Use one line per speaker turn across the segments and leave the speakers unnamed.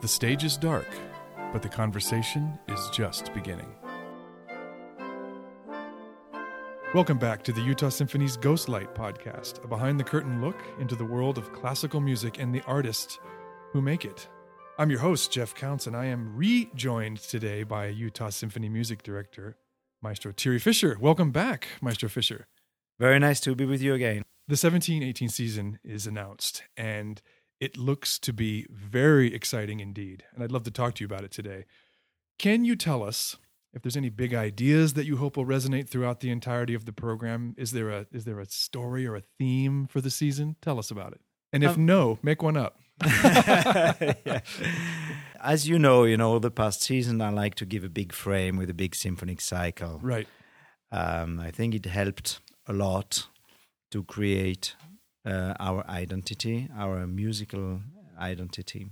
The stage is dark, but the conversation is just beginning. Welcome back to the Utah Symphony's Ghostlight podcast, a behind the curtain look into the world of classical music and the artists who make it. I'm your host, Jeff Counts, and I am rejoined today by Utah Symphony music director, Maestro Thierry Fisher. Welcome back, Maestro Fisher.
Very nice to be with you again.
The 17 18 season is announced, and it looks to be very exciting indeed. And I'd love to talk to you about it today. Can you tell us if there's any big ideas that you hope will resonate throughout the entirety of the program? Is there a is there a story or a theme for the season? Tell us about it. And if
Um,
no, make one up.
Yeah. As you know, you know, the past season I like to give a big frame with a big symphonic cycle.
Right.
Um, I think it helped a lot to create uh, our identity, our musical identity.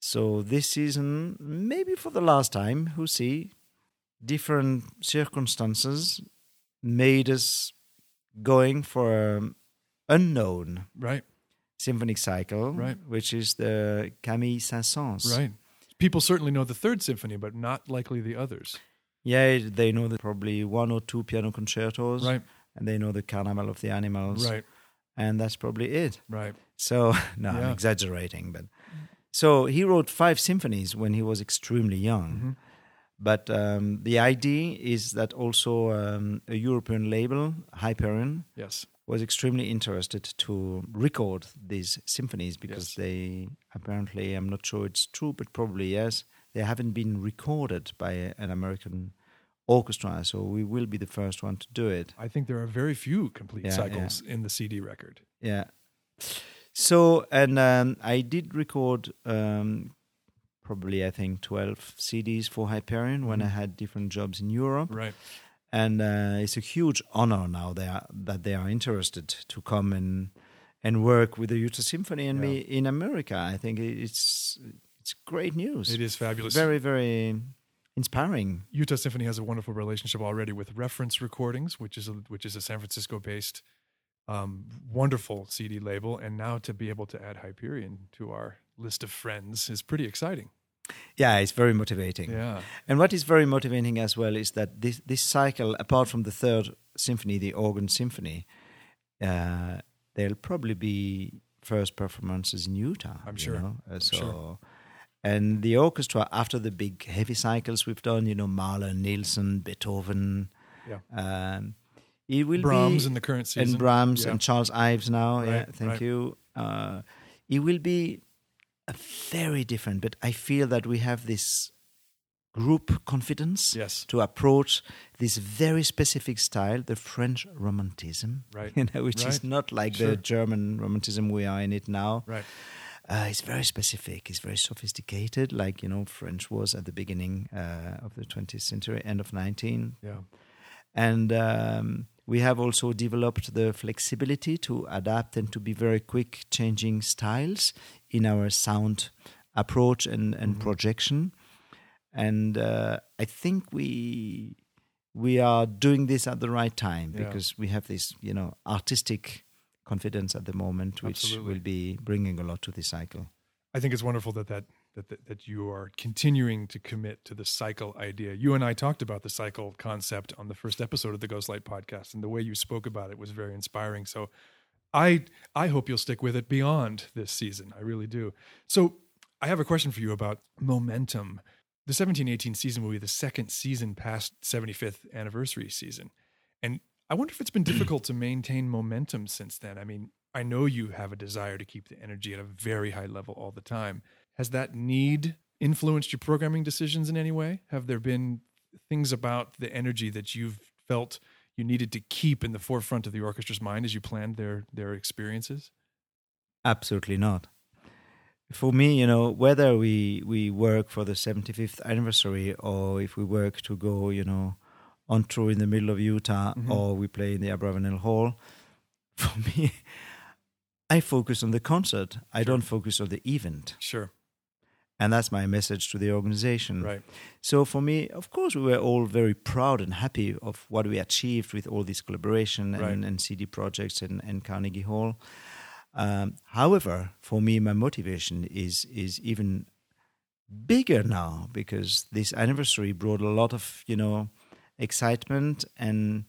So this season, maybe for the last time, who see, different circumstances made us going for um, unknown
Right.
symphonic cycle,
Right.
which is the Camille Saint-Saëns.
Right. People certainly know the third symphony, but not likely the others.
Yeah, they know the, probably one or two piano concertos,
Right.
and they know the Carnival of the Animals,
Right.
and that's probably it.
Right.
So no, I'm
Yeah.
exaggerating, but so he wrote five symphonies when he was extremely young.
Mm-hmm.
But um, the idea is that also um, a European label, Hyperion,
Yes.
was extremely interested to record these symphonies because
Yes.
they apparently I'm not sure it's true, but probably yes, they haven't been recorded by an American orchestra, so we will be the first one to do it.
I think there are very few complete
Yeah, yeah.
cycles in the CD record.
Yeah. So and um, I did record um, probably I think twelve CDs for Hyperion when I had different jobs in Europe.
Right.
and uh, it's a huge honor now they are, that they are interested to come and and work with the Utah Symphony and me in America. I think it- it's it's great news.
It is fabulous.
very very inspiring.
Utah Symphony has a wonderful relationship already with Reference Recordings, which is a, which is a San Francisco-based um, wonderful CD label, and now to be able to add Hyperion to our list of friends is pretty exciting.
Yeah, it's very motivating.
Yeah,
And what is very motivating as well is that this this cycle, apart from the third symphony, the organ symphony, uh, there'll probably be first performances in Utah.
I'm
you
sure.
know? Uh, so,
sure.
and the orchestra after the big heavy cycles we've done, you know, Mahler, Nielsen, Beethoven.
Yeah.
Um, it will
Brahms
be,
in the current season,
and Brahms
Yeah.
and Charles Ives now. yeah,
Right,
thank
right.
you. Uh, it will be a very different, but I feel that we have this group confidence
Yes.
to approach this very specific style, the French Romanticism,
Right,
you know, which
right,
is not like
sure.
the German Romanticism we are in it now.
right?
Uh, it's very specific. It's very sophisticated, like you know, French was at the beginning uh, of the 20th century, end of 19,
Yeah,
and um, we have also developed the flexibility to adapt and to be very quick changing styles in our sound approach and,
Mm-hmm.
and projection and uh, i think we we are doing this at the right time
Yeah.
because we have this you know artistic confidence at the moment which
Absolutely.
will be bringing a lot to the cycle
I think it's wonderful that that. That, that, that you are continuing to commit to the cycle idea. You and I talked about the cycle concept on the first episode of the Ghostlight podcast, and the way you spoke about it was very inspiring. So I I hope you'll stick with it beyond this season. I really do. So I have a question for you about momentum. The 17-18 season will be the second season past 75th anniversary season. And I wonder if it's been difficult to maintain momentum since then. I mean, I know you have a desire to keep the energy at a very high level all the time. Has that need influenced your programming decisions in any way? Have there been things about the energy that you've felt you needed to keep in the forefront of the orchestra's mind as you planned their their experiences?
Absolutely not. For me, you know, whether we we work for the 75th anniversary or if we work to go, you know, on tour in the middle of Utah
Mhm.
or we play in the Abravanel Hall, for me, I focus on the concert. I don't focus on the event,
Sure.
and that's my message to the organization.
Right.
So for me, of course, we were all very proud and happy of what we achieved with all this collaboration and,
Right.
and CD projects and, and Carnegie Hall. Um, however, for me, my motivation is is even bigger now because this anniversary brought a lot of you know excitement and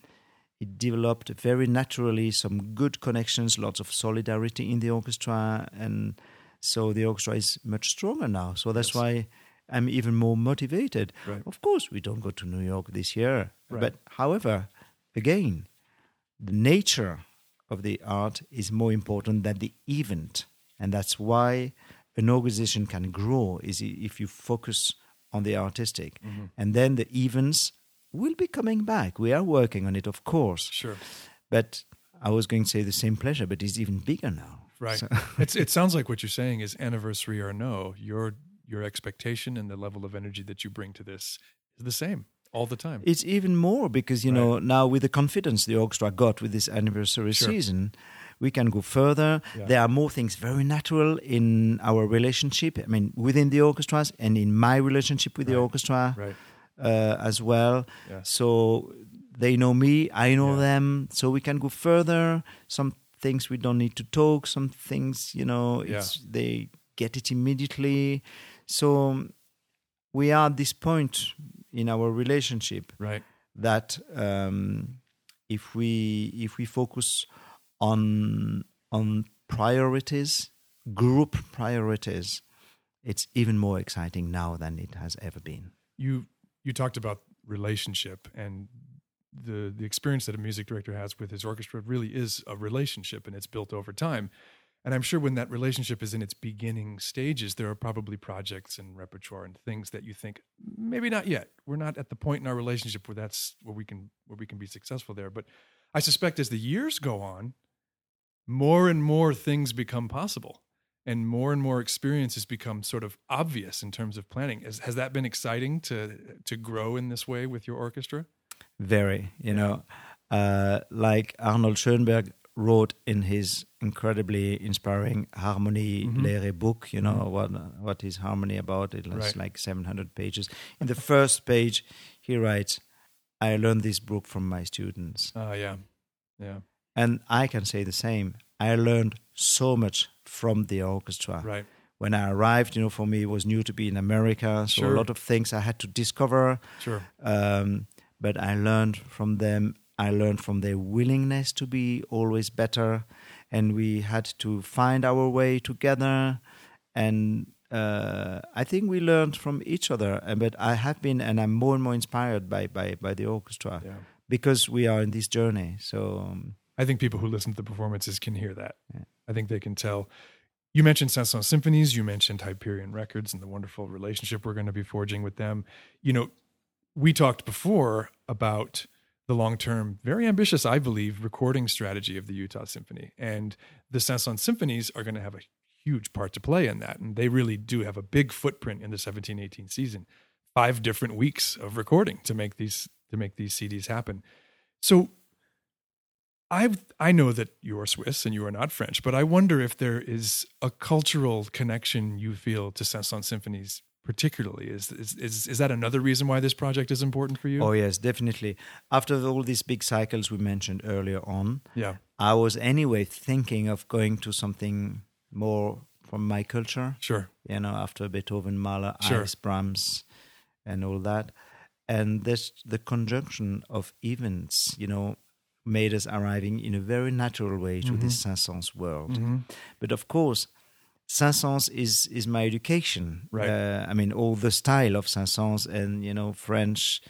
it developed very naturally some good connections lots of solidarity in the orchestra and so the orchestra is much stronger now so that's
Yes.
why i'm even more motivated
Right.
of course we don't go to new york this year
Right.
but however again the nature of the art is more important than the event. And that's why an organization can grow is i- if you focus on the artistic. And then the events will be coming back. We are working on it, of course.
Sure.
But I was going to say the same pleasure, but it's even bigger now.
Right.
So-
it's it sounds like what you're saying is anniversary or no, your your expectation and the level of energy that you bring to this is the same all the time.
It's even more because you know now with the confidence the orchestra got with this anniversary
Sure.
season, we can go further.
Yeah.
There are more things very natural in our relationship. I mean, within the orchestras and in my relationship with the
Right.
orchestra
right.
uh, as well.
Yeah.
So they know me, I know
Yeah.
them. So we can go further. Some things we don't need to talk. Some things you know
Yeah.
it's, they get it immediately. So we are at this point in our relationship
Right.
that um, if we if we focus on on priorities, group priorities, it's even more exciting now than it has ever been.
you you talked about relationship and the the experience that a music director has with his orchestra really is a relationship and it's built over time and i'm sure when that relationship is in its beginning stages there are probably projects and repertoire and things that you think maybe not yet we're not at the point in our relationship where that's where we can where we can be successful there but i suspect as the years go on more and more things become possible and more and more experiences become sort of obvious in terms of planning. Has, has that been exciting to to grow in this way with your orchestra?
Very, you know, uh, like Arnold Schoenberg wrote in his incredibly inspiring Harmony Lehre book. You know what what is harmony about? It was
Right.
like seven hundred pages. In the first page, he writes, "I learned this book from my students."
Ah, yeah, yeah,
And I can say the same. I learned so much from the orchestra.
right,
When I arrived, you know, for me it was new to be in America, so
Sure.
a lot of things I had to discover.
sure,
Um, but I learned from them. I learned from their willingness to be always better, and we had to find our way together. And uh, I think we learned from each other. And but I have been, and I'm more and more inspired by by by the orchestra
yeah.
because we are in this journey. So. um,
I think people who listen to the performances can hear that. I think they can tell. You mentioned Saint-Saëns symphonies. You mentioned Hyperion Records and the wonderful relationship we're going to be forging with them. You know, we talked before about the long-term, very ambitious, I believe, recording strategy of the Utah Symphony, and the Saint-Saëns symphonies are going to have a huge part to play in that, and they really do have a big footprint in the 17-18 season. Five different weeks of recording to make these to make these CDs happen. So I I know that you are Swiss and you are not French, but I wonder if there is a cultural connection you feel to Saint-Saëns symphonies particularly. Is, is is is that another reason why this project is important for you?
Oh yes, definitely. After all these big cycles we mentioned earlier on,
yeah,
I was anyway thinking of going to something more from my culture.
sure.
You know, after Beethoven, Mahler,
Sure.
Ives, Brahms, and all that, and this the conjunction of events. You know, made us arriving in a very natural way to this
Mm-hmm.
Saint-Saëns world. But of course, Saint-Saëns is is my education.
Right.
Uh, I mean, all the style of Saint-Saëns and you know French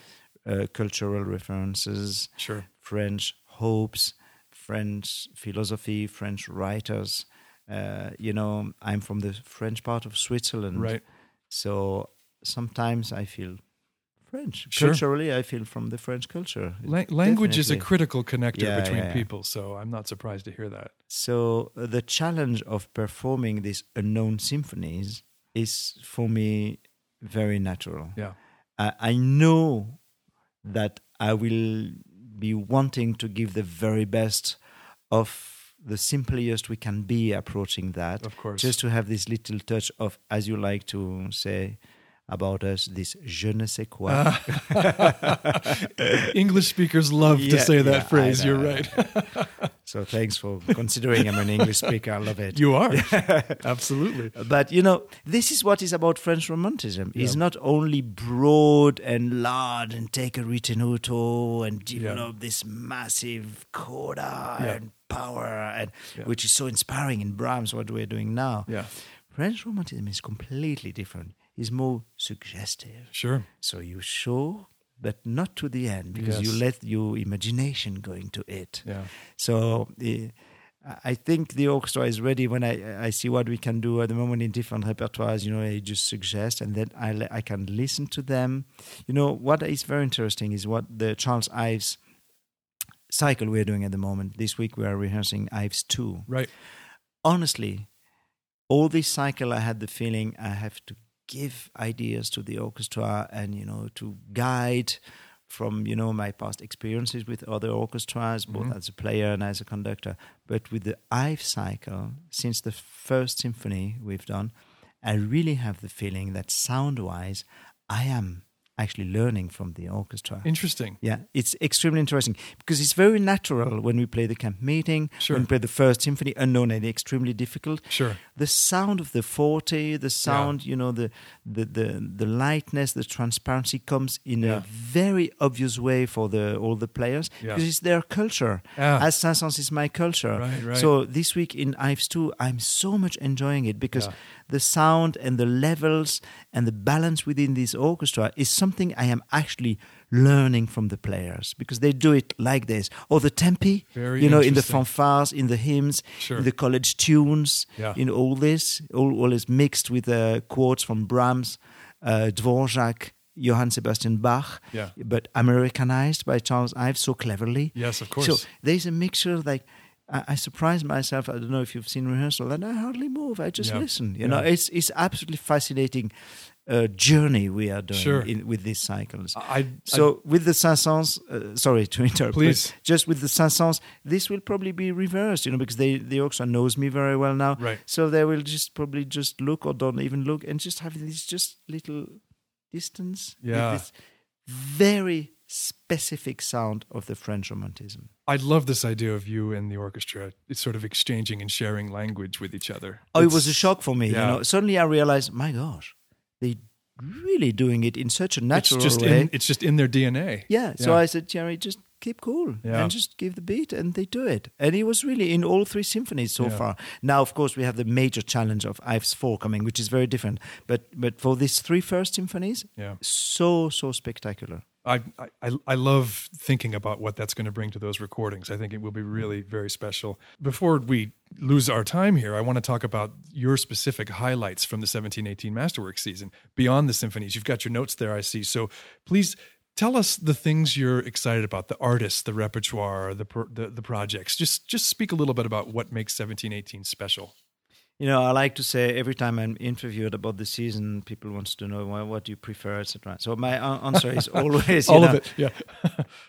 uh, cultural references,
Sure.
French hopes, French philosophy, French writers. Uh, you know, I'm from the French part of Switzerland,
Right.
So sometimes I feel French
Sure.
culturally. I feel from the French culture.
La- language is a
Definitely.
critical connector
Yeah,
between
yeah, yeah.
people, so I'm not surprised to hear that.
So uh, the challenge of performing these unknown symphonies is for me very natural.
Yeah.
I, I know that I will be wanting to give the very best of the simplest we can be approaching that.
Of course.
Just to have this little touch of, as you like to say, about us, this je ne sais quoi.
Ah. English speakers love to
Yeah,
say that
yeah, I
phrase.
know,
You're
I
right.
so thanks for considering I'm an English speaker. I love it.
you are. Absolutely.
But you know, this is what is about French Romanticism. It's not only broad and large and take a ritenuto and develop this massive coda
Yeah.
and power, and which is so inspiring in Brahms. What we're doing now,
Yeah.
French Romanticism is completely different. It's more suggestive.
Sure.
So you show, but not to the end, because
Yes.
you let your imagination going to it.
Yeah.
So eh, I I think the orchestra is ready when I, I see what we can do at the moment in different repertoires. You know, I just suggest, and then I, le- I can listen to them. You know, what is very interesting is what the Charles Ives cycle we're doing at the moment. This week we are rehearsing Ives 2.
Right.
Honestly, all this cycle, I had the feeling I have to give ideas to the orchestra and, you know, to guide from, you know, my past experiences with other orchestras, both as a player and as a conductor. But with the Ive cycle, since the first symphony we've done, I really have the feeling that sound wise, I am actually learning from the orchestra.
Interesting.
Yeah, it's extremely interesting because it's very natural when we play the camp meeting,
Sure.
when we play the first symphony, unknown and extremely difficult.
Sure.
The sound of the forte, the sound, you know, the, the the the lightness, the transparency comes in
Yeah.
a very obvious way for the all the players
Yeah.
because it's their culture.
Yeah.
As Saint-Saëns is my culture.
Right, right.
So this week in Ives 2, I'm so much enjoying it because
Yeah.
the sound and the levels and the balance within this orchestra is something I am actually learning from the players because they do it like this. Or the tempi,
Very
you know, in the
interesting.
fanfares, in the hymns,
Sure.
in the college tunes,
Yeah.
in all this, all, all is mixed with uh, quotes from Brahms, uh, Dvorak. Johann Sebastian Bach,
Yeah.
but Americanized by Charles Ives so cleverly.
Yes, of course.
So there's a mixture like I, I surprised myself. I don't know if you've seen rehearsal, and I hardly move. I just
Yeah.
listen. You
Yeah.
know, it's it's absolutely fascinating uh, journey we are doing
Sure.
in, with these cycles.
I I-
so with the Saint-Saëns, uh, sorry to interrupt, but
Please.
Just with the Saint-Saëns, this will probably be reversed, you know, because they the orchestra knows me very well now.
Right.
So they will just probably just look or don't even look and just have this just little distance. with
Yeah.
this very specific sound of the French Romanticism.
I love this idea of you and the orchestra it's sort of exchanging and sharing language with each other.
Oh,
It's-
it was a shock for me.
yeah.
You know, suddenly I realized, my gosh, they really doing it in such a
it's
natural
just
way.
in, it's just in their DNA.
yeah. So
Yeah.
I said, Jerry, just keep cool
Yeah.
and just give the beat, and they do it. And it was really in all three symphonies so
Yeah.
far. Now, of course, we have the major challenge of Ives Four coming, which is very different. But but for these three first symphonies,
Yeah.
so so spectacular.
I, I- I, I love thinking about what that's going to bring to those recordings. I think it will be really very special. Before we lose our time here, I want to talk about your specific highlights from the 1718 Masterwork season beyond the symphonies. You've got your notes there, I see. So please tell us the things you're excited about the artists, the repertoire, the, pro- the, the projects. Just, just speak a little bit about what makes 1718 special.
You know, I like to say every time I'm interviewed about the season, people want to know well, what do you prefer, etc. So my a- answer is always you
All of
know,
it. Yeah.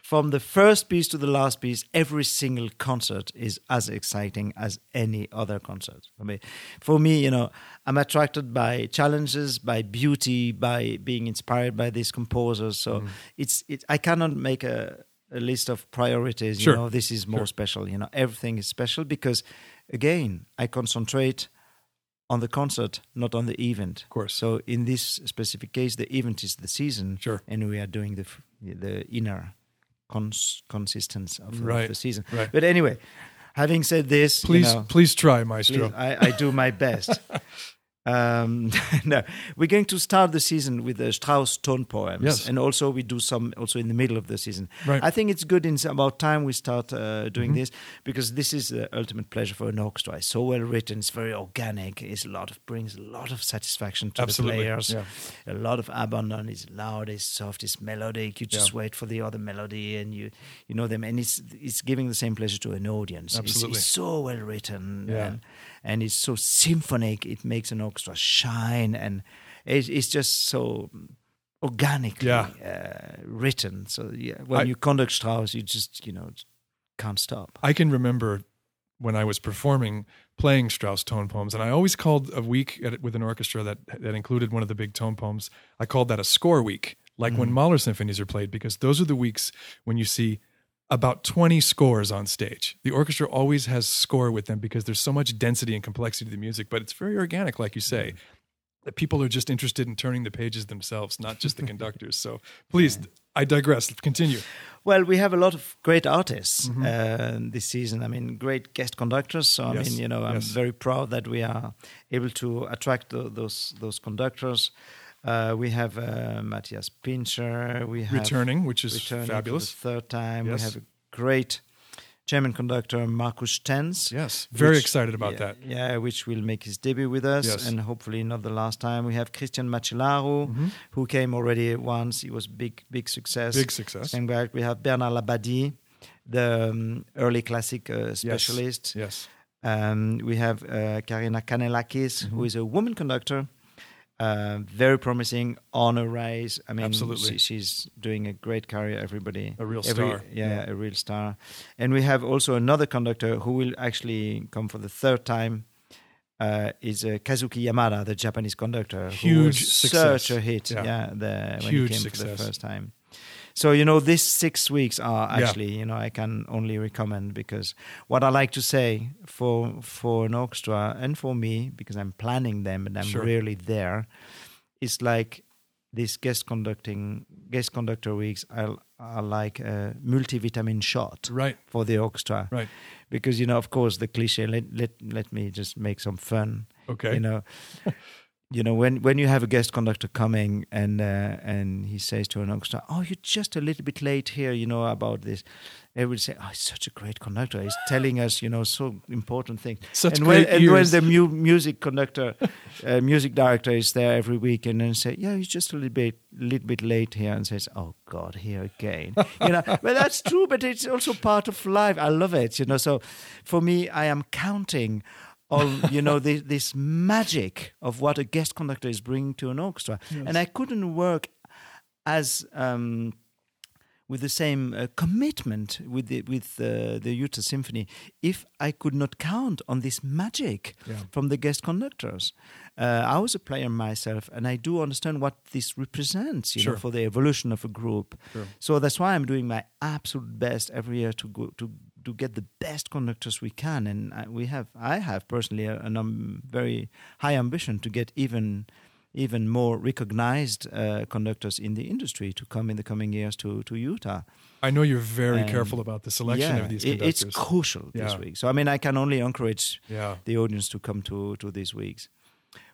from the first piece to the last piece, every single concert is as exciting as any other concert. I mean, for me, you know, I'm attracted by challenges, by beauty, by being inspired by these composers. So
Mm-hmm.
it's it, I cannot make a, a list of priorities.
Sure.
You know, this is more special. You know, everything is special because, again, I concentrate on the concert, not on the event. Of
course.
So in this specific case, the event is the season.
Sure.
And we are doing the f- the inner cons- consistence of, of
Right,
the season.
right.
But anyway, having said this, you
Please,
know,
please try Maestro.
please, I, I do my best. um, no, we're going to start the season with the Strauss tone poems,
Yes.
and also we do some also in the middle of the season.
Right. Mm-hmm.
I think it's good. In about time we start uh, doing this because this is the ultimate pleasure for an orchestra. It's so well written. It's very organic. It's a lot of brings a lot of satisfaction to
Absolutely,
the players.
yeah.
A lot of abandon. It's loud. It's soft. It's melodic. You just wait for the other melody, and you you know them, and it's it's giving the same pleasure to an audience. It's-
Absolutely.
it's so well written
Yeah.
and, and it's so symphonic it makes an orchestra shine and it, it's just so organically uh, written so yeah when
I-
you conduct strauss you just you know can't stop
I can remember when I was performing playing Strauss tone poems. And I always called a week at, with an orchestra that, that included one of the big tone poems, I called that a score week, like when Mahler symphonies are played, because those are the weeks when you see about 20 scores on stage. The orchestra always has score with them because there's so much density and complexity to the music, but it's very organic, like you say. That people are just interested in turning the pages themselves, not just the conductors. So please, I digress. Continue.
Well, we have a lot of great artists
Mm-hmm.
uh, this season. I mean, great guest conductors. So I
Yes,
mean, you know, I'm
yes.
very proud that we are able to attract tho- those those conductors. Uh, we have uh, Matthias Pinscher. We have
Returning, which is
returning
fabulous.
for the third time.
Yes.
We have a great German conductor, Markus Stenz.
Yes, very
which-
excited about
yeah,
that.
Yeah, which will make his debut with us,
Yes. Mm-hmm.
and hopefully not the last time. We have Christian Macilaru, who came already once. He was big, big success.
Big success.
Same guy. We have Bernard Labadie, the um, early classic uh, specialist.
Yes.
Um, we have uh, Karina Kanelakis, who
Mm-hmm.
is a woman conductor, uh, very promising, on a rise. I mean,
Absolutely.
she- she's doing a great career. Everybody,
A real
every-
star.
yeah, a real star. And we have also another conductor who will actually come for the third time. Uh, is uh, Kazuki Yamada, the Japanese conductor, who was
Huge success.
such a hit.
Yeah.
Yeah, the, when
Huge
he came for the
success.
first time. So you know, these six weeks are
Yeah.
actually, you know, I can only recommend because what I like to say for for an orchestra and for me, because I'm planning them and I'm
Sure.
really there, is like these guest conducting guest conductor weeks are are like a multivitamin shot
Right.
for the orchestra,
Right.
Because you know, of course, the cliche. Let let let me just make some fun
Okay.
you know you know when when you have a guest conductor coming and uh, and he says to an orchestra oh you're just a little bit late here you know about this everybody say oh he's such a great conductor he's telling us you know so important things
Such
and when,
great
and when
ears.
the mu- music conductor uh, music director is there every week and then say yeah he's just a little bit little bit late here and says oh god here again you know but that's true but it's also part of life i love it you know so for me i am counting on you know this, this magic of what a guest conductor is bringing to an orchestra and i couldn't work as um, with the same uh, commitment with the, with uh, the Utah Symphony if I could not count on this magic
Yeah.
from the guest conductors. Uh, I was a player myself, and I do understand what this represents, you
Sure.
know, for the evolution of a group. So that's why I'm doing my absolute best every year to go to to get the best conductors we can, and I, we have. I have personally a, an um, very high ambition to get even even more recognized uh, conductors in the industry to come in the coming years to to Utah.
I know you're very
Um,
careful about the selection of these
it-
conductors.
it's crucial this
Yeah.
week. So I mean, I can only encourage
Yeah.
the audience to come to to these weeks.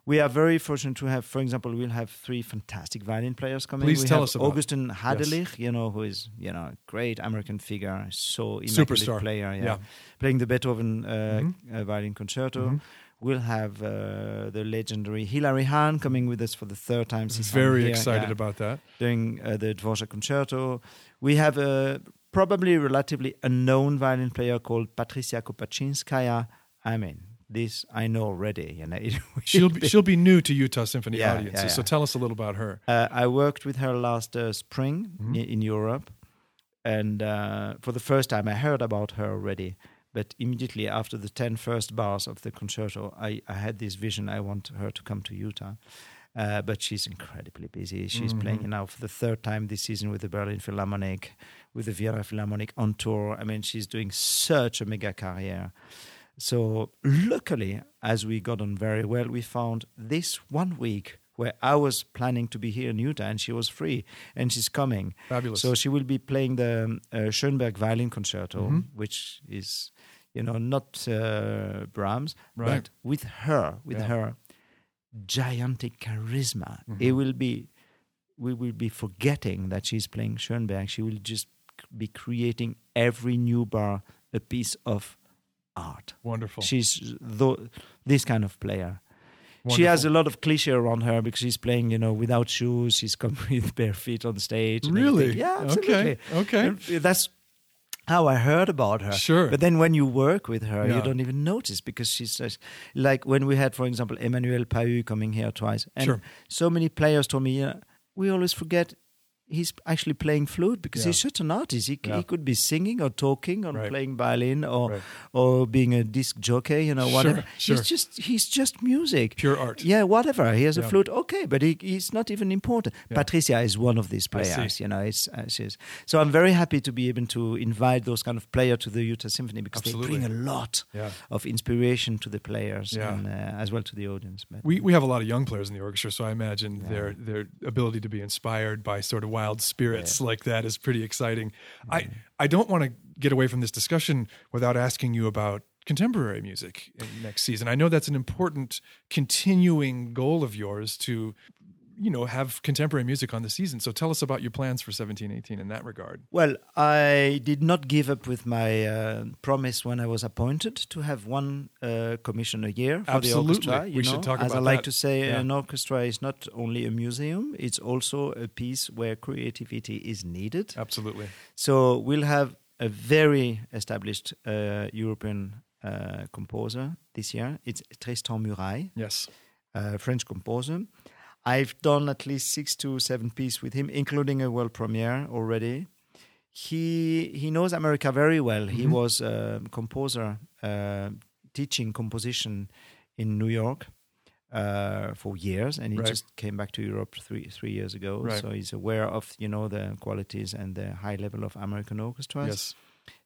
We are very fortunate to have, for example, we'll have three fantastic violin players coming.
Please
we
tell
have
us about it.
Augustin Hadelich, you know, who is you know a great American figure, so immaculate
Superstar.
player, yeah,
Yeah. Mm-hmm.
playing the Beethoven uh, uh, violin concerto. We'll have uh, the legendary Hilary Hahn coming with us for the third time. Since I'm
Very
here,
excited
yeah
about that.
doing uh, the Dvorak Concerto. We have a probably relatively unknown violin player called Patricia Kopaczynskaya. I mean, this I know already. You know, it will
She'll
be-
be, she'll be new to Utah Symphony
Yeah,
audiences.
yeah,
So
yeah.
tell us a little about her.
Uh, I worked with her last uh, spring i- in, Europe, and uh, for the first time, I heard about her already. But immediately after the 10 first bars of the concerto, I, I had this vision I want her to come to Utah. Uh, but she's incredibly busy. She's playing now for the third time this season with the Berlin Philharmonic, with the Vienna Philharmonic on tour. I mean, she's doing such a mega career. So luckily, as we got on very well, we found this one week where I was planning to be here in Utah and she was free and she's coming.
Fabulous.
So she will be playing the um, uh, Schoenberg Violin Concerto,
Mm-hmm.
which is, you know, not uh, Brahms,
Right.
but with her, with
Yeah. Mm-hmm.
her gigantic charisma. It will be, we will be forgetting that she's playing Schoenberg. She will just be creating every new bar a piece of art.
Wonderful.
She's tho- this kind of player. She
Wonderful.
has a lot of cliche around her because she's playing, you know, without shoes. She's come with bare feet on stage. and
Really?
everything. Yeah, absolutely.
Okay, okay.
And That's how I heard about her.
Sure.
But then when you work with her,
Yeah.
you don't even notice because she's just, like when we had, for example, Emmanuel Payu coming here twice. And
Sure.
so many players told me, you know, we always forget he's actually playing flute because
Yeah.
he's such an artist. He, c
Yeah.
he could be singing or talking or
Right.
playing violin or
Right.
or being a disc jockey, you know,
Sure,
whatever.
sure.
He's just he's just music.
Pure art.
Yeah, whatever. He has
Yeah.
a flute, okay, but he, he's not even important. Patricia is one of these
I see.
players, you know. It's, uh, she's, so I'm very happy to be able to invite those kind of players to the Utah Symphony because
Absolutely.
they bring a lot
Yeah.
of inspiration to the players
Yeah.
and uh, as well to the audience. But
We, we have a lot of young players in the orchestra, so I imagine
Yeah.
their their ability to be inspired by sort of wild spirits like that is pretty exciting. I
Mm-hmm.
I don't want to get away from this discussion without asking you about contemporary music in next season. I know that's an important continuing goal of yours to you know have contemporary music on the season. So tell us about your plans for 1718 in that regard.
Well, I did not give up with my uh, promise when I was appointed to have one uh, commission a year for
Absolutely.
the orchestra. You
We
know?
should talk
As I
about
like
that.
to say,
Yeah.
an orchestra is not only a museum; it's also a piece where creativity is needed.
Absolutely.
So we'll have a very established uh, European uh, composer this year. It's Tristan Muraille
Yes.
uh, French composer. I've done at least six to seven pieces with him, including a world premiere already. He he knows America very well. He
Mm-hmm.
was a composer uh, teaching composition in New York uh, for years, and he
Right.
just came back to Europe three three years ago.
Right.
So he's aware of you know the qualities and the high level of American orchestras.
Yes.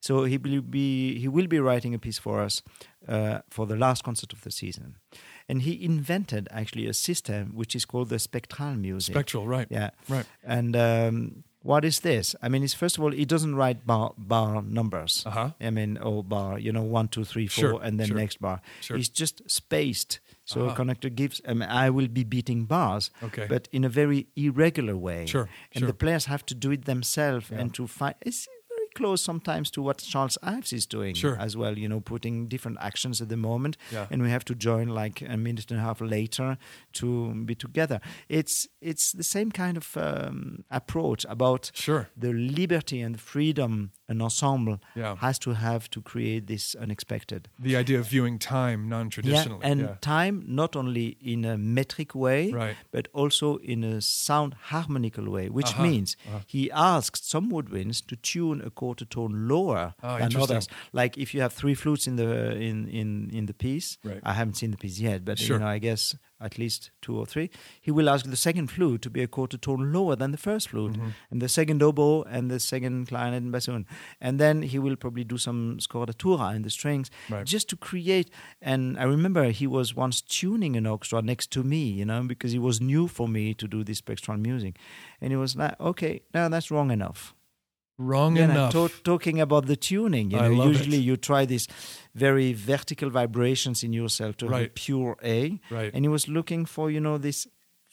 So he will be he will be writing a piece for us uh, for the last concert of the season, and he invented actually a system which is called the spectral music.
Spectral, right.
yeah,
Right.
and um, what is this? I mean, it's first of all he doesn't write bar bar numbers.
Uh-huh.
I mean, oh bar, you know, one, two, three, four,
Sure,
and then
sure,
next bar.
sure.
It's just spaced. So
Ah.
a connector gives. I mean, I will be beating bars,
Okay.
but in a very irregular way.
Sure,
And
sure.
the players have to do it themselves
Yeah.
and to find. It's very close sometimes to what Charles Ives is doing
Sure.
as well. You know, putting different actions at the moment,
Yeah.
and we have to join like a minute and a half later to be together. It's it's the same kind of um, approach about
Sure.
the liberty and freedom an ensemble
Yeah.
has to have to create this unexpected.
The idea of viewing time
Yeah,
non-traditionally.
and
yeah.
time not only in a metric way,
Right.
but also in a sound harmonical way, which
Uh-huh,
means he asked some woodwinds to tune a quarter tone lower
Ah,
than
interesting.
others. Like if you have three flutes in the in in in the piece,
Right.
I haven't seen the piece yet, but
Sure.
you know, I guess at least two or three. He will ask the second flute to be a quarter tone lower than the first flute,
Mm-hmm.
and the second oboe, and the second clarinet and bassoon, and then he will probably do some scordatura in the strings,
Right.
just to create. And I remember he was once tuning an orchestra next to me, you know, because it was new for me to do this spectral music, and it was like, okay, now that's wrong enough.
Wrong
Yeah,
enough.
to- talking about the tuning, you
I
know,
love
usually
it.
you try these very vertical vibrations in yourself to have a
Right.
pure A,
Right.
and he was looking for you know this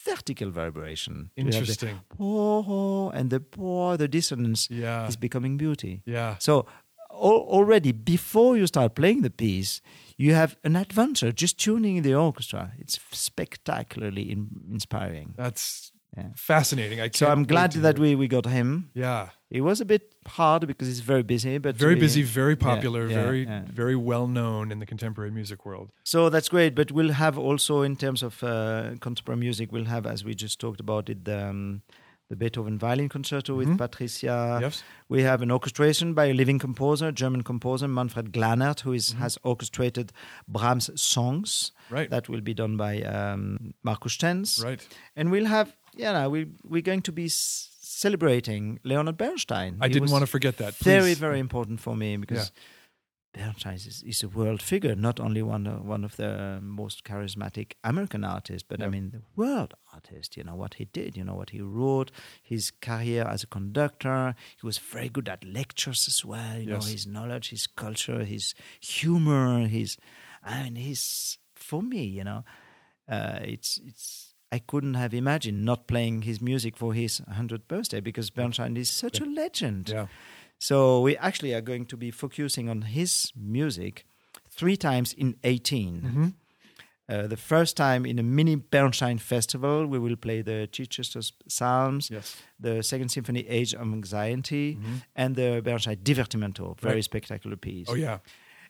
vertical vibration. You have the
Interesting.
"Oh, oh," and the oh, the dissonance
Yeah.
is becoming beauty.
Yeah.
So al- already before you start playing the piece, you have an adventure just tuning the orchestra. It's spectacularly in- inspiring.
That's
Yeah.
fascinating. I
So
can't
I'm
wait
glad
to
that
hear-
we, we got him.
Yeah.
It was a bit hard because it's very busy, but
Very
we-
busy, very
yeah,
popular,
yeah,
very
yeah.
very well known in the contemporary music world.
So that's great. But we'll have also in terms of uh, contemporary music, we'll have as we just talked about it, the, um, the Beethoven violin concerto with
Mhm.
Patricia.
yes.
We have an orchestration by a living composer, German composer Manfred Glanert, who is-
Mm-hmm.
has orchestrated Brahms songs.
Right.
That will be done by um, Markus Stenz.
Right.
And we'll have, you know, we we're going to be s- celebrating Leonard Bernstein.
I
He
didn't
was-
want to forget that.
very
Please.
very important for me because Bernstein is, is a world figure, not only one of, one of the um, most charismatic American artists, but I
Yeah.
mean the world artist. You know what he did, you know what he wrote, his career as a conductor. He was very good at lectures as well. You
Yes.
know his knowledge, his culture, his humor, his I mean his for me, you know, uh, it's it's. I couldn't have imagined not playing his music for his 100th birthday because Bernstein is such a legend.
Yeah.
So we actually are going to be focusing on his music three times in 18.
Mm-hmm.
Uh, the first time in a mini Bernstein festival, we will play the Chichester's Psalms,
Yes.
the Second Symphony, Age of Anxiety, and the Bernstein Divertimento, very
Mm-hmm. Right.
spectacular piece.
Oh yeah.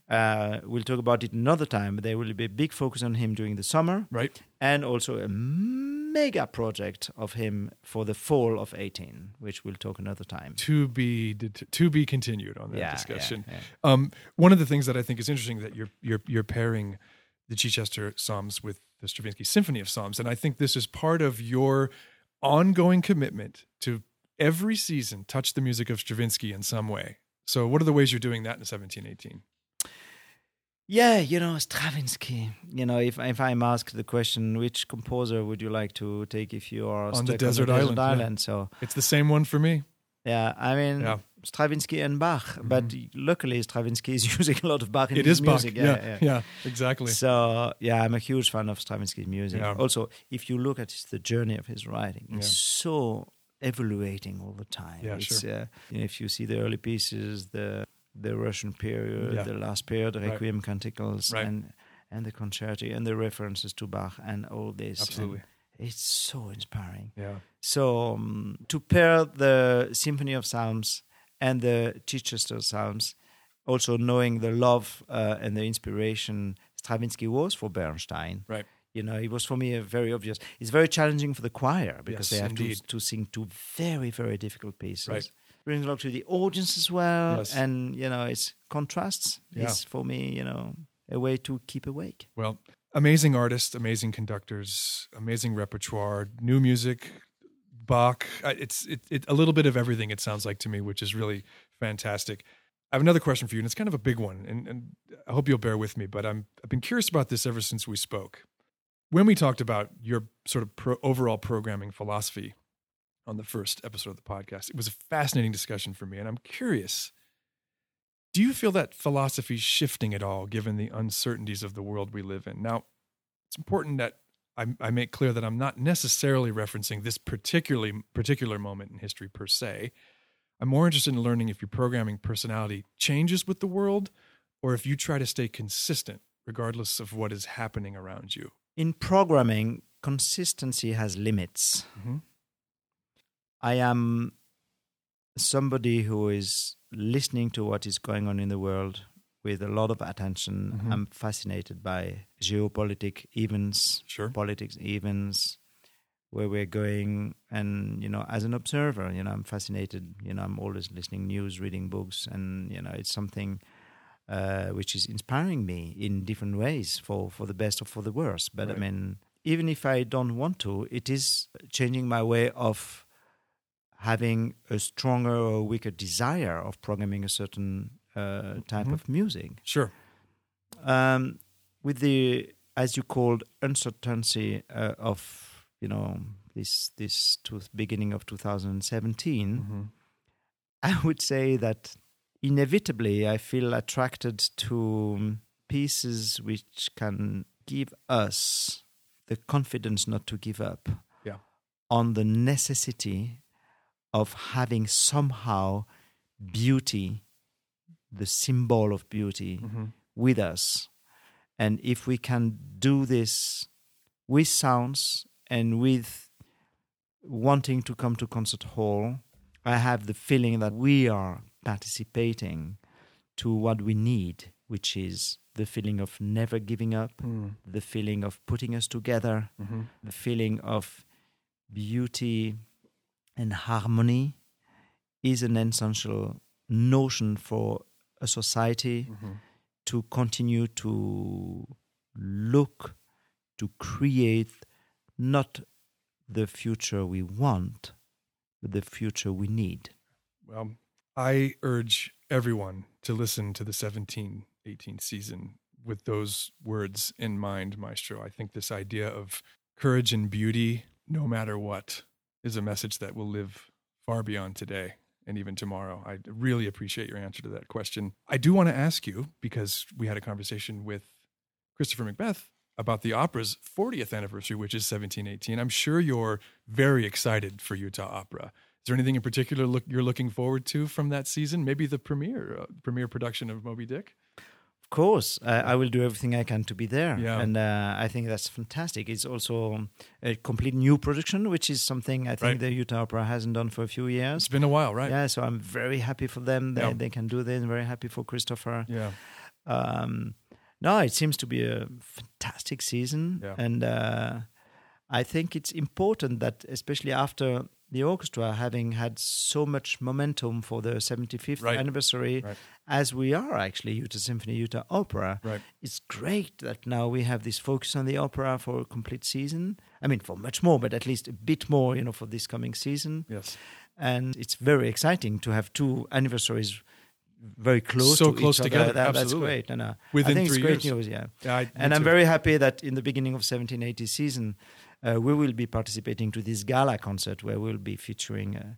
Uh, we'll talk about it another time. There will be a big focus on him during the summer
Right.
and also a mega project of him for the fall of 18, which we'll talk another time.
to be det- to be continued on that
Yeah, yeah,
discussion.
yeah.
Um, one of the things that I think is interesting that you're you're you're pairing the Chichester Psalms with the Stravinsky Symphony of Psalms, and I think this is part of your ongoing commitment to every season touch the music of Stravinsky in some way. So, what are the ways you're doing that in 1718?
Yeah, you know, Stravinsky. You know, if if I'm asked the question, which composer would you like to take if you are
the
stuck
desert
on the
island,
desert
yeah.
island? So
It's the same one for me.
yeah, I mean
Yeah. Mm-hmm.
Stravinsky and Bach, but luckily Stravinsky is using a lot of Bach in
it
his
is
music.
Bach. Yeah, yeah, exactly.
So yeah, I'm a huge fan of Stravinsky's music.
Yeah.
Also, if you look at his- the journey of his writing, it's so evaluating all the time.
Yeah,
it's,
sure.
uh, you know, if you see the early pieces, the the Russian period,
Yeah.
the last period, the
Right.
Requiem canticles,
Right.
and and the concerti and the references to Bach and all this. and
Absolutely.
it's so inspiring.
Yeah,
So um, to pair the Symphony of Psalms and the Chichester Psalms, also knowing the love uh, and the inspiration Stravinsky was for Bernstein,
right.
you know, it was for me a very obvious. It's very challenging for the choir because
Yes,
they have to,
indeed.
to sing two very very difficult pieces.
Right.
Brings a lot to the audience as well,
Yes.
and you know, it's contrasts.
Yeah.
It's for me, you know, a way to keep awake.
Well, amazing artists, amazing conductors, amazing repertoire, new music, Bach. I- It's it, it, a little bit of everything. It sounds like to me, which is really fantastic. I have another question for you, and it's kind of a big one, and, and I hope you'll bear with me. But I'm I've been curious about this ever since we spoke. When we talked about your sort of pro, overall programming philosophy on the first episode of the podcast, it was a fascinating discussion for me, and I'm curious. Do you feel that philosophy shifting at all given the uncertainties of the world we live in? Now, it's important that I, I make clear that I'm not necessarily referencing this particularly particular moment in history per se. I'm more interested in learning if your programming personality changes with the world or if you try to stay consistent regardless of what is happening around you.
In programming, consistency has limits.
Mhm.
I am somebody who is listening to what is going on in the world with a lot of attention.
Mhm.
I'm fascinated by geopolitic events,
Sure.
politics events, where we're going. And, you know, as an observer, you know, I'm fascinated. You know, I'm always listening news, reading books, and, you know, it's something uh, which is inspiring me in different ways for, for the best or for the worst. But I
Right.
mean, even if I don't want to, it is changing my way of having a stronger or weaker desire of programming a certain uh, type
Mhm.
of music.
Sure.
Um, with the, as you called, uncertainty uh, of, you know, this, this to beginning of 2017,
Mhm.
I would say that inevitably I feel attracted to um, pieces which can give us the confidence not to give up
Yeah.
on the necessity of having somehow beauty, the symbol of beauty,
Mhm.
with us. And if we can do this with sounds and with wanting to come to concert hall, I have the feeling that we are participating to what we need, which is the feeling of never giving up,
Mm.
the feeling of putting us together,
Mhm.
the feeling of beauty and harmony is an essential notion for a society
Mhm.
to continue to look to create not the future we want, but the future we need.
Well, I urge everyone to listen to the 17 18 season with those words in mind, Maestro. I think this idea of courage and beauty, no matter what, is a message that will live far beyond today and even tomorrow. I really appreciate your answer to that question. I do want to ask you, because we had a conversation with Christopher Macbeth about the opera's 40th anniversary, which is 1718. I'm sure you're very excited for Utah Opera. Is there anything in particular look, you're looking forward to from that season? Maybe the premiere, uh, premiere production of Moby Dick.
Of course, I I will do everything I can to be there.
Yeah.
And uh, I think that's fantastic. It's also a complete new production, which is something I think
Right.
the Utah Opera hasn't done for a few years.
It's been a while, right?
Yeah, so I'm very happy for them. They,
Yeah.
they can do this. I'm very happy for Christopher.
Yeah.
um, no, it seems to be a fantastic season,
Yeah.
and uh, I think it's important that, especially after the orchestra having had so much momentum for the 75th
Right.
anniversary,
Right.
as we are actually Utah Symphony, Utah Opera,
Right.
it's great that now we have this focus on the opera for a complete season. I mean, for much more, but at least a bit more, you know, for this coming season.
Yes.
And it's very exciting to have two anniversaries very close
So
to
close
each other.
together,
That- that's
absolutely.
great. And, uh, I
Within
think it's
three
great
years.
news, yeah.
Yeah, I- me
and I'm
too.
very happy that in the beginning of 1780 season, uh, we will be participating to this gala concert where we'll be featuring uh,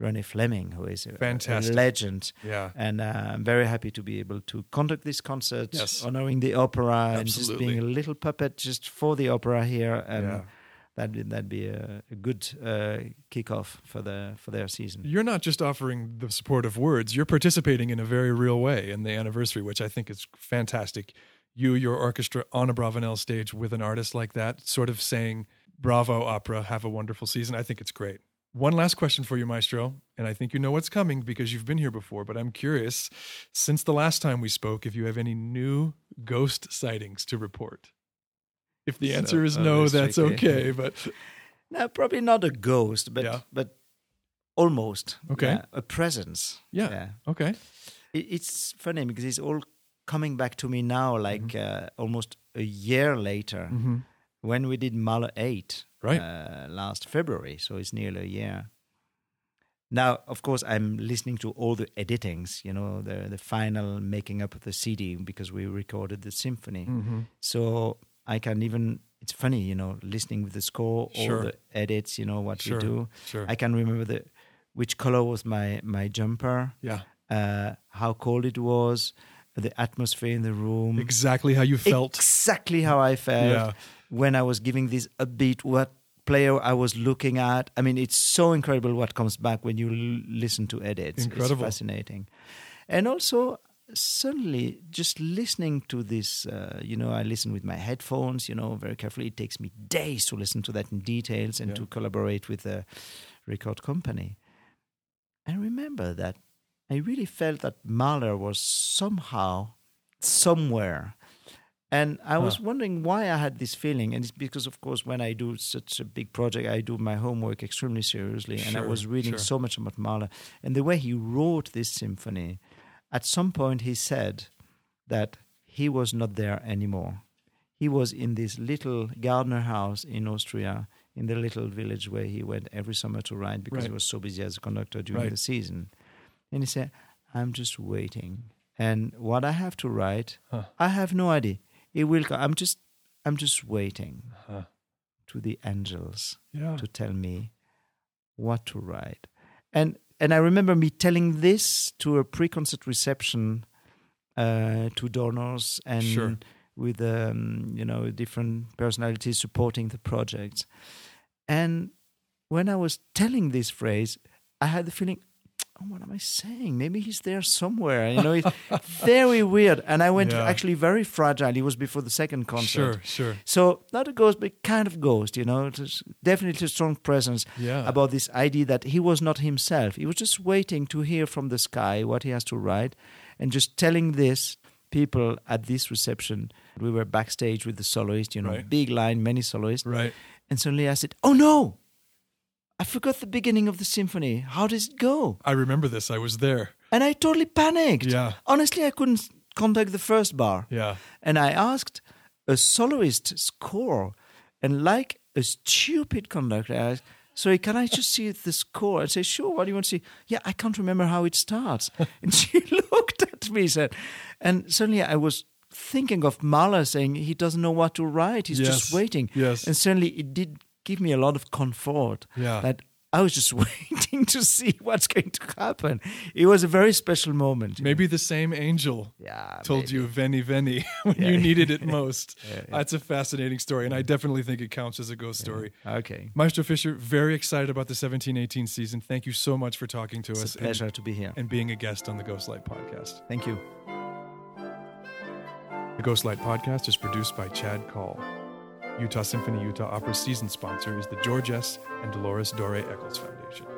René Fleming, who is a, a
Fantastic.
legend.
Yeah.
And uh, I'm very happy to be able to conduct this concert,
Yes.
honoring the opera, and just
Absolutely.
being a little puppet just for the opera here. And
Yeah.
that'd, that'd be a, a good uh, kickoff for, the, for their season.
You're not just offering the support of words, you're participating in a very real way in the anniversary, which I think is fantastic. You, your orchestra on a Bravenel stage with an artist like that, sort of saying, Bravo, opera, have a wonderful season. I think it's great. One last question for you, Maestro, and I think you know what's coming because you've been here before, but I'm curious since the last time we spoke, if you have any new ghost sightings to report. If the
So,
answer is
oh,
no, that's
that's tricky.
okay, but
No, probably not a ghost, but
Yeah.
but almost.
Okay.
Yeah, a presence.
Yeah. okay.
It, it's funny because it's all coming back to me now, like
Mm-hmm.
uh, almost a year later,
Mm.
when we did Mahler 8
Right.
uh, last February. So it's nearly a year. Now, of course, I'm listening to all the editings, you know, the, the final making up of the CD because we recorded the symphony.
Mm. Mm-hmm.
So I can even, it's funny, you know, listening with the score, all
Sure.
the edits, you know, what
Sure,
we do.
sure.
I can remember the which color was my my jumper,
Yeah.
uh, how cold it was, the atmosphere in the room,
Exactly how you felt.
exactly how I felt
Yeah.
when I was giving this upbeat. What player I was looking at. I mean, it's so incredible what comes back when you l- listen to edits.
Incredible.
it's fascinating, and also suddenly just listening to this. Uh, you know, I listen with my headphones. You know, very carefully. It takes me days to listen to that in details and
Yeah.
to collaborate with the record company. I remember that I really felt that Mahler was somehow somewhere. And I was wondering why I had this feeling. And it's because, of course, when I do such a big project, I do my homework extremely seriously. and I
Sure,
was reading
sure.
so much about Mahler. And the way he wrote this symphony, at some point he said that he was not there anymore. He was in this little gardener house in Austria, in the little village where he went every summer to write because he
Right.
was so busy as a conductor during
Right.
the season. And he said, I'm just waiting. And what I have to write,
Huh.
I have no idea. It will come. I'm just, I'm just waiting
Huh.
to the angels
Yeah.
to tell me what to write. And and I remember me telling this to a pre-concert reception uh, to donors and
Sure.
with um, you know different personalities supporting the project. And when I was telling this phrase, I had the feeling. "Oh, What am I saying? Maybe he's there somewhere. You know, it's very weird. And I went
Yeah.
actually very fragile. It was before the second concert.
Sure, sure.
So not a ghost, but kind of ghost, you know. It was definitely a strong presence
Yeah.
about this idea that he was not himself. He was just waiting to hear from the sky what he has to write, and just telling this people at this reception. We were backstage with the soloist, you know,
Right.
big line, many soloists,
Right.
and suddenly I said, "Oh no, I forgot the beginning of the symphony. How does it go?"
I remember this. I was there.
And I totally panicked.
Yeah.
Honestly, I couldn't contact the first bar.
Yeah.
And I asked a soloist score, and like a stupid conductor, I asked, Sorry, can I just see the score? I say, Sure, what do you want to see? Yeah, I can't remember how it starts. And she looked at me, said, and suddenly I was thinking of Mahler saying he doesn't know what to write, he's
Yes,
just waiting.
yes.
And suddenly it did give me a lot of comfort
Yeah.
that I was just waiting to see what's going to happen. It was a very special moment.
Maybe the same angel
Yeah,
told you veni veni when you needed it most. That's a fascinating story, and I definitely think it counts as a ghost story.
Okay.
Maestro Fisher, very excited about the 1718 season. Thank you so much for talking to us
It's a pleasure to be here.
And, and being a guest on the Ghostlight Podcast.
Thank you.
The Ghostlight Podcast is produced by Chad Call. Utah Symphony Utah Opera's season sponsor is the George S. and Dolores Dore Eccles Foundation.